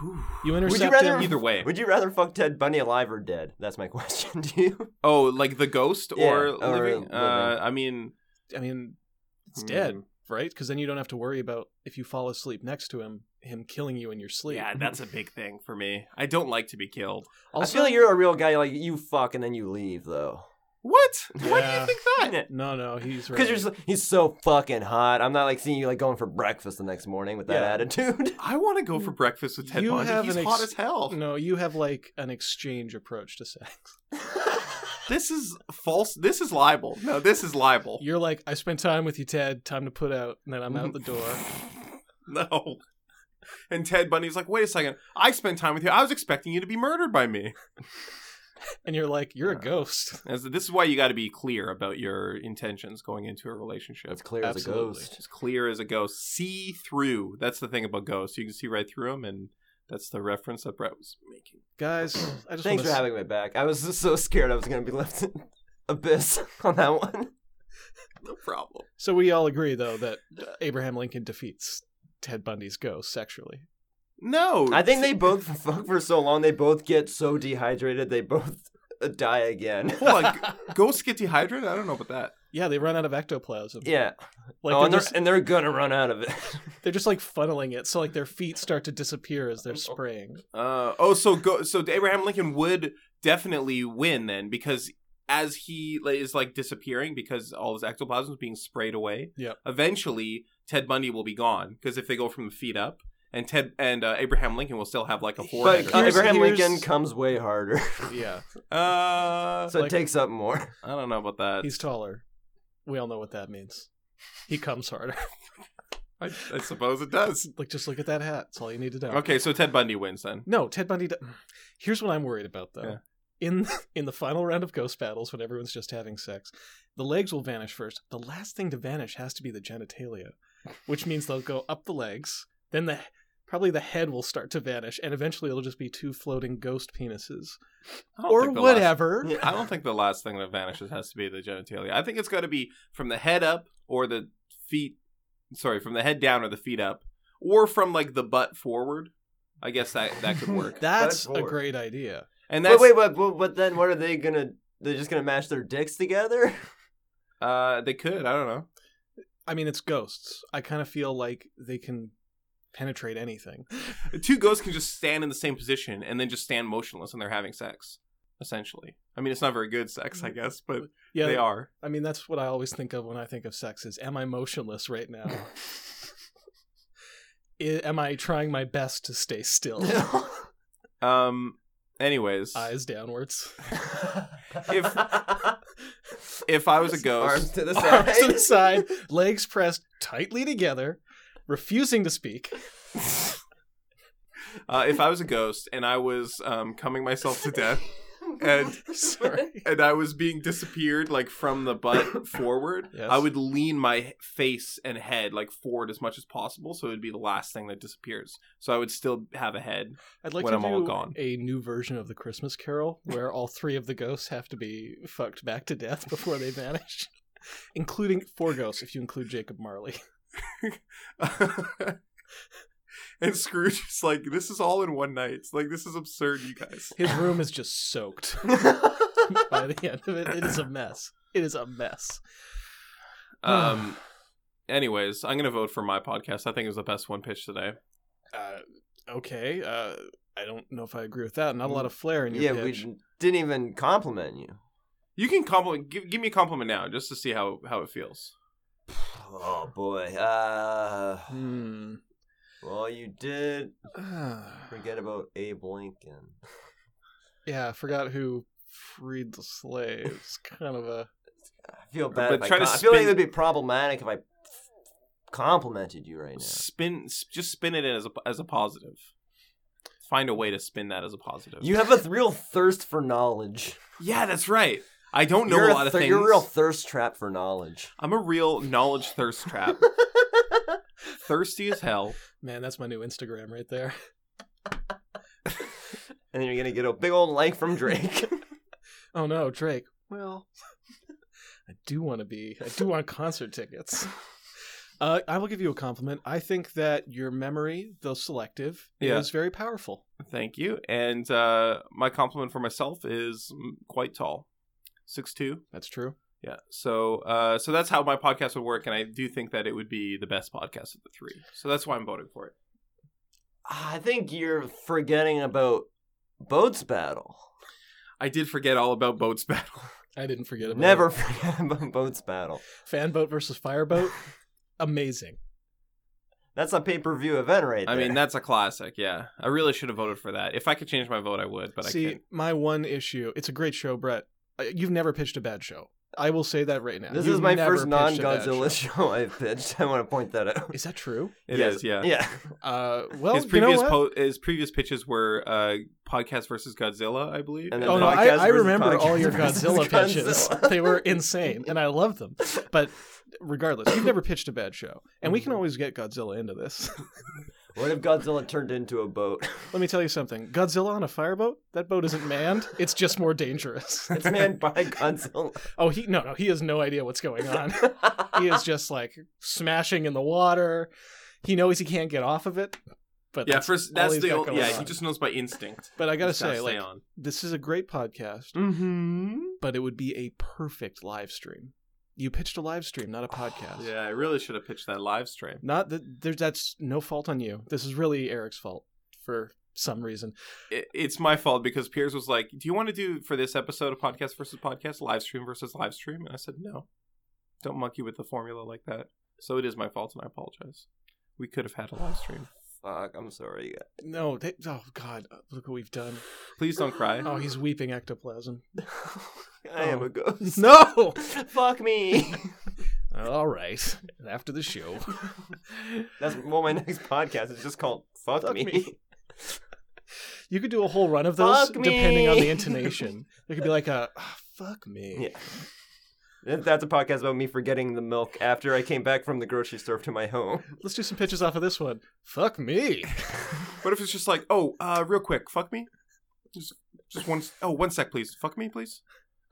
Speaker 3: You
Speaker 2: Would you
Speaker 3: intercept
Speaker 2: rather
Speaker 3: him.
Speaker 1: Either way.
Speaker 2: Would you rather fuck Ted Bundy alive or dead? That's my question to you.
Speaker 1: Oh, like the ghost
Speaker 2: Yeah,
Speaker 1: or,
Speaker 2: or
Speaker 1: living?
Speaker 2: living.
Speaker 1: Uh, I mean,
Speaker 3: I mean, it's
Speaker 1: Hmm.
Speaker 3: dead,
Speaker 2: Mm-hmm.
Speaker 3: right? Because then you don't have to worry about if you fall asleep next to him, him killing you in your sleep.
Speaker 1: yeah, that's a big thing for me. I don't like to be killed.
Speaker 3: Also,
Speaker 2: I feel like you're a real guy. Like you fuck and then you leave though.
Speaker 1: What? Why do
Speaker 3: Yeah.
Speaker 1: you think that?
Speaker 3: no, no, he's right.
Speaker 2: Because you're just, he's so fucking hot. I'm not like seeing you like going for breakfast the next morning with that
Speaker 3: Yeah.
Speaker 2: attitude.
Speaker 1: I want to go for breakfast with Ted
Speaker 3: You
Speaker 1: Bundy.
Speaker 3: have
Speaker 1: He's
Speaker 3: an
Speaker 1: hot
Speaker 3: ex-
Speaker 1: as hell.
Speaker 3: no, you have like an exchange approach to sex.
Speaker 1: This is false. This is libel. No, this is libel.
Speaker 3: You're like, I spent time with you, Ted. Time to put out, and then I'm out the door.
Speaker 1: No. And Ted Bundy's like, wait a second. I spent time with you. I was expecting you to be murdered by me.
Speaker 3: And you're like, you're a ghost.
Speaker 1: As- This is why you got to be clear about your intentions going into a relationship.
Speaker 2: It's clear
Speaker 3: Absolutely.
Speaker 2: as a ghost.
Speaker 1: It's clear as a ghost. See through. That's the thing about ghosts. You can see right through them, and that's the reference that Brett was making.
Speaker 3: Guys, I just
Speaker 2: Thanks
Speaker 3: wanna
Speaker 2: for having me back. I was just so scared I was gonna be left in abyss on that one.
Speaker 1: No problem.
Speaker 3: s- So we all agree, though, that Abraham Lincoln defeats Ted Bundy's ghost sexually.
Speaker 1: No,
Speaker 2: I think they both fuck for so long. They both get so dehydrated. They both die again.
Speaker 1: Hold on. g- ghosts get dehydrated. I don't know about that.
Speaker 3: Yeah, they run out of ectoplasm.
Speaker 2: yeah.
Speaker 3: Like
Speaker 2: oh,
Speaker 3: they're
Speaker 2: and they're,
Speaker 3: just-
Speaker 2: and they're gonna run out of it.
Speaker 3: They're just like funneling it, so like their feet start to disappear as they're
Speaker 2: Oh,
Speaker 3: spraying.
Speaker 1: Uh, oh, so go, so Abraham Lincoln would definitely win then because as he like, is like disappearing because all his ectoplasm is being sprayed away.
Speaker 3: Yep.
Speaker 1: Eventually, Ted Bundy will be gone because if they go from the feet up, and Ted and uh, Abraham Lincoln will still have like a forehead.
Speaker 2: but
Speaker 1: or
Speaker 2: uh,
Speaker 3: here's-
Speaker 2: Abraham
Speaker 3: here's-
Speaker 2: Lincoln comes way harder,
Speaker 3: Yeah,
Speaker 1: something. uh,
Speaker 2: so
Speaker 3: Like-
Speaker 2: it takes up more.
Speaker 1: I don't know about that.
Speaker 3: he's taller. We all know what that means. He comes harder.
Speaker 1: I, I suppose it does.
Speaker 3: like just look at that hat. That's all you need to know.
Speaker 1: Okay, so Ted Bundy wins then.
Speaker 3: No, Ted Bundy. d Here's what I'm worried about though.
Speaker 1: Yeah.
Speaker 3: In in the final round of ghost battles, when everyone's just having sex, the legs will vanish first. The last thing to vanish has to be the genitalia, which means they'll go up the legs, then the probably the head will start to vanish, and eventually it'll just be two floating ghost penises
Speaker 1: I don't
Speaker 3: or
Speaker 1: think the last-
Speaker 3: whatever.
Speaker 1: I don't think the last thing that vanishes has to be the genitalia. I think it's got to be from the head up or the feet. Sorry, from the head down or the feet up, or from like the butt forward. I guess that that could work.
Speaker 3: That's
Speaker 2: That's
Speaker 3: a
Speaker 2: horror.
Speaker 3: great idea.
Speaker 1: And that's
Speaker 2: But wait, but, but but then what are they gonna? They're just gonna mash their dicks together?
Speaker 1: uh, they could. I don't know.
Speaker 3: I mean, it's ghosts. I kind of feel like they can penetrate anything.
Speaker 1: Two ghosts can just stand in the same position and then just stand motionless, and they're having sex. Essentially, I mean, it's not very good sex, I guess, but
Speaker 3: Yeah,
Speaker 1: they are.
Speaker 3: I mean, that's what I always think of when I think of sex: is am I motionless right now? I- am I trying my best to stay still,
Speaker 1: Um. Anyways,
Speaker 3: eyes downwards,
Speaker 2: if
Speaker 1: if I was a ghost,
Speaker 2: arms to the side.
Speaker 3: arms to the side, legs pressed tightly together, refusing to speak?
Speaker 1: uh, if I was a ghost and I was um, coming myself to death, and
Speaker 3: Sorry.
Speaker 1: and I was being disappeared like from the butt forward,
Speaker 3: Yes.
Speaker 1: I would lean my face and head like forward as much as possible, so it'd be the last thing that disappears. So I would still have a head.
Speaker 3: I'd like
Speaker 1: When
Speaker 3: to
Speaker 1: I'm
Speaker 3: do
Speaker 1: all gone.
Speaker 3: a new version of the Christmas Carol where all three of the ghosts have to be fucked back to death before they vanish, including four ghosts if you include Jacob Marley.
Speaker 1: and Scrooge is like, "This is all in one night. It's like this is absurd, you guys."
Speaker 3: His room is just soaked by the end of it. It is a mess. It is a mess.
Speaker 1: Um. Anyways, I'm gonna vote for my podcast. I think it was the best one pitched today.
Speaker 3: Uh, okay, uh, I don't know if I agree with that. Not a lot of flair in your
Speaker 2: yeah,
Speaker 3: pitch.
Speaker 2: we didn't even compliment you.
Speaker 1: You can compliment. Give, give me a compliment now, just to see how how it feels.
Speaker 2: Oh boy. Uh,
Speaker 3: Hmm.
Speaker 2: well, you did
Speaker 3: Ah.
Speaker 2: forget about Abe Lincoln.
Speaker 3: yeah, I forgot who freed the slaves. kind of a
Speaker 2: I feel bad.
Speaker 1: But
Speaker 2: if I,
Speaker 1: try to
Speaker 2: com- I feel like
Speaker 1: spin-
Speaker 2: it would be problematic if I complimented you right now.
Speaker 1: Spin, s- just spin it in as a as a positive. Find a way to spin that as a positive.
Speaker 2: You have a real thirst for knowledge.
Speaker 1: yeah, that's right. I don't know
Speaker 2: you're
Speaker 1: a lot of
Speaker 2: thir-
Speaker 1: things.
Speaker 2: You're a real thirst trap for knowledge.
Speaker 1: I'm a real knowledge thirst trap. Thirsty as hell.
Speaker 3: man. That's my new Instagram right there.
Speaker 2: And then you're gonna get a big old like from Drake.
Speaker 3: Oh no, Drake. Well, I do want to be. I do want concert tickets. Uh, I will give you a compliment. I think that your memory, though selective,
Speaker 1: Yeah.
Speaker 3: is very powerful.
Speaker 1: Thank you. And uh, my compliment for myself is mm, quite tall, six two.
Speaker 3: That's true.
Speaker 1: Yeah. So uh, so that's how my podcast would work, and I do think that it would be the best podcast of the three. So that's why I'm voting for it.
Speaker 2: I think you're forgetting about Boats Battle.
Speaker 1: I did forget all about boats battle.
Speaker 3: I didn't forget about
Speaker 2: Never
Speaker 3: it.
Speaker 2: forget about Boats Battle.
Speaker 3: fanboat versus fireboat. Amazing.
Speaker 2: That's a pay per view event right there.
Speaker 1: I mean, that's a classic. Yeah, I really should have voted for that. If I could change my vote, I would, but I
Speaker 3: See,
Speaker 1: can't.
Speaker 3: my one issue. It's a great show, Brett. Uh, You've never pitched a bad show. I will say that right now.
Speaker 2: this
Speaker 3: You've
Speaker 2: is my
Speaker 3: never
Speaker 2: first
Speaker 3: pitched a bad
Speaker 2: non Godzilla
Speaker 3: show.
Speaker 2: show. I've pitched. I want to point that out.
Speaker 3: Is that true?
Speaker 1: It is.
Speaker 2: Yes.
Speaker 1: yeah.
Speaker 2: Yeah.
Speaker 3: Uh, well,
Speaker 1: his
Speaker 3: you
Speaker 1: previous
Speaker 3: know what?
Speaker 1: po- his previous pitches were uh, podcast versus Godzilla, I believe.
Speaker 2: And then
Speaker 3: Oh no, I,
Speaker 2: podcast
Speaker 3: I
Speaker 2: versus
Speaker 3: remember all
Speaker 2: podcast
Speaker 3: your
Speaker 2: versus
Speaker 3: Godzilla pitches.
Speaker 2: Godzilla.
Speaker 3: they were insane, and I love them. But regardless, you've never pitched a bad show, and
Speaker 1: Mm-hmm.
Speaker 3: we can always get Godzilla into this.
Speaker 2: What if Godzilla turned into a boat?
Speaker 3: Let me tell you something: Godzilla on a fireboat? That boat isn't manned. It's just more dangerous.
Speaker 2: It's manned by Godzilla.
Speaker 3: Oh, he no no, he has no idea what's going on. he is just like smashing in the water. He knows he can't get off of it. But
Speaker 1: yeah,
Speaker 3: that's
Speaker 1: first
Speaker 3: all
Speaker 1: that's
Speaker 3: he's
Speaker 1: the
Speaker 3: got
Speaker 1: old,
Speaker 3: going
Speaker 1: yeah.
Speaker 3: on.
Speaker 1: He just knows by instinct.
Speaker 3: But I gotta
Speaker 1: He's gotta
Speaker 3: say,
Speaker 1: stay
Speaker 3: like,
Speaker 1: on.
Speaker 3: this is a great podcast,
Speaker 1: Mm-hmm.
Speaker 3: but it would be a perfect live stream. You pitched a live stream, not a podcast.
Speaker 1: Yeah, I really should have pitched that live stream.
Speaker 3: Not that there's that's no fault on you. This is really Eric's fault for some reason.
Speaker 1: It, it's my fault because Piers was like, "Do you want to do for this episode a podcast versus podcast, live stream versus live stream?" And I said, "No, don't monkey with the formula like that." So it is my fault, and I apologize. We could have had a live stream.
Speaker 2: Fuck, I'm sorry.
Speaker 3: No, they, oh god, look what we've done.
Speaker 1: Please don't cry.
Speaker 3: Oh, he's weeping ectoplasm.
Speaker 2: I am a ghost.
Speaker 3: No.
Speaker 2: Fuck me.
Speaker 3: All right. After the show.
Speaker 2: That's well, my next podcast is just called "Fuck,
Speaker 3: Fuck
Speaker 2: me.
Speaker 3: Me. You could do a whole run of those
Speaker 2: Fuck
Speaker 3: depending on
Speaker 2: me.
Speaker 3: the intonation. There could be like a "Ah, fuck me.
Speaker 2: Yeah. That's a podcast about me forgetting the milk after I came back from the grocery store to my home.
Speaker 3: Let's do some pitches off of this one. Fuck me.
Speaker 1: What if it's just like, oh, uh, real quick, fuck me? Just, just one, oh, one sec, please. Fuck me, please.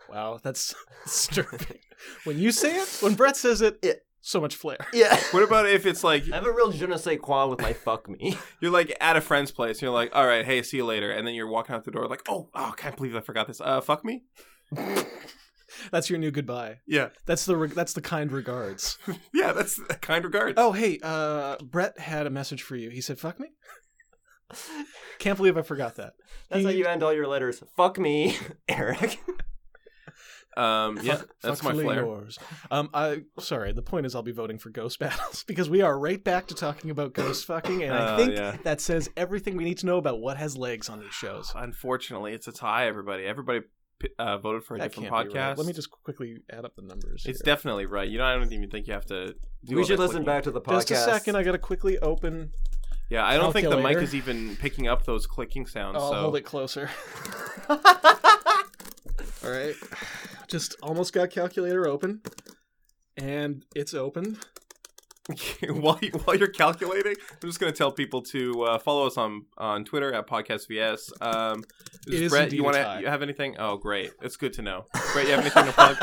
Speaker 3: Wow, that's disturbing. when you say it, when Brett says it,
Speaker 2: Yeah.
Speaker 3: so much flair.
Speaker 2: Yeah.
Speaker 1: What about if it's like,
Speaker 2: I have a real je ne sais quoi with my fuck me.
Speaker 1: you're like at a friend's place, you're like, all right, hey, see you later. And then you're walking out the door like, oh, oh, can't believe I forgot this. Uh, fuck me?
Speaker 3: That's your new goodbye.
Speaker 1: Yeah.
Speaker 3: That's the re- that's the kind regards.
Speaker 1: Yeah, that's kind regards.
Speaker 3: Oh hey, uh, Brett had a message for you. He said, "Fuck me." Can't believe I forgot that.
Speaker 2: That's how you end all your letters. Fuck me, Eric.
Speaker 1: Um, yeah, that's my
Speaker 3: Fuck
Speaker 1: flair.
Speaker 3: yours. Um, I sorry. The point is, I'll be voting for Ghost Battles because we are right back to talking about ghost fucking, and I
Speaker 1: Oh,
Speaker 3: think
Speaker 1: yeah.
Speaker 3: that says everything we need to know about what has legs on these shows.
Speaker 1: Unfortunately, it's a tie, everybody. Everybody p- uh, voted for a
Speaker 3: That
Speaker 1: different
Speaker 3: can't
Speaker 1: podcast.
Speaker 3: be right. Let me just quickly add up the numbers.
Speaker 1: It's
Speaker 3: here.
Speaker 1: definitely right. You know, I don't even think you have to. Do all
Speaker 2: we should
Speaker 1: that
Speaker 2: listen
Speaker 1: clicking.
Speaker 2: back to the podcast.
Speaker 3: just a second. I gotta quickly open.
Speaker 1: Yeah, I don't think the mic
Speaker 3: Calculator.
Speaker 1: is even picking up those clicking sounds.
Speaker 3: Oh, I'll
Speaker 1: so
Speaker 3: hold it closer. All right. Just almost got calculator open, and it's open.
Speaker 1: while you, while you're calculating, I'm just gonna tell people to uh, follow us on on Twitter at Podcast VS. Um, this
Speaker 3: It
Speaker 1: is
Speaker 3: is
Speaker 1: Brett,
Speaker 3: indeed
Speaker 1: you
Speaker 3: a
Speaker 1: want
Speaker 3: tie.
Speaker 1: to you have anything? Oh, great, it's good to know. Brett, you have anything to plug?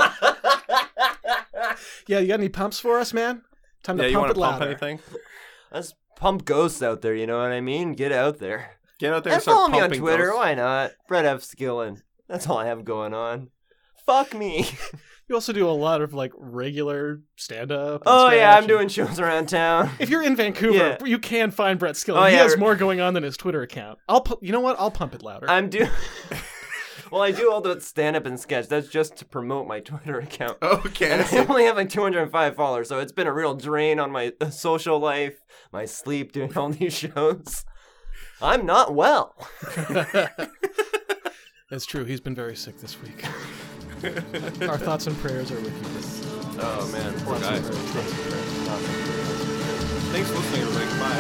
Speaker 3: Yeah, you got any pumps for us, man? Time to
Speaker 1: yeah, you
Speaker 3: pump
Speaker 1: want
Speaker 3: it
Speaker 1: to pump
Speaker 3: louder.
Speaker 1: anything?
Speaker 2: Let's pump ghosts out there. You know what I mean? Get out there.
Speaker 1: Get out there and,
Speaker 2: And
Speaker 1: start
Speaker 2: follow me on
Speaker 1: pumping
Speaker 2: Twitter.
Speaker 1: those.
Speaker 2: Why not? Brett F. Skillin. That's all I have going on. Fuck me.
Speaker 3: You also do a lot of like regular stand up.
Speaker 2: Oh yeah, I'm doing shows around town.
Speaker 3: If you're in Vancouver,
Speaker 2: Yeah.
Speaker 3: you can find Brett Skiller.
Speaker 2: Oh,
Speaker 3: he
Speaker 2: yeah.
Speaker 3: has more going on than his Twitter account. I'll pu- you know what? I'll pump it louder.
Speaker 2: I'm doing. well, I do all the stand up and sketch. That's just to promote my Twitter account.
Speaker 1: Oh,
Speaker 2: And I
Speaker 1: Okay.
Speaker 2: only have like 205 followers, so it's been a real drain on my uh, social life, my sleep, doing all these shows. I'm not well.
Speaker 3: That's true. He's been very sick this week. Our thoughts and prayers are with you.
Speaker 1: oh man, poor guy. Thanks for listening, everybody. Bye.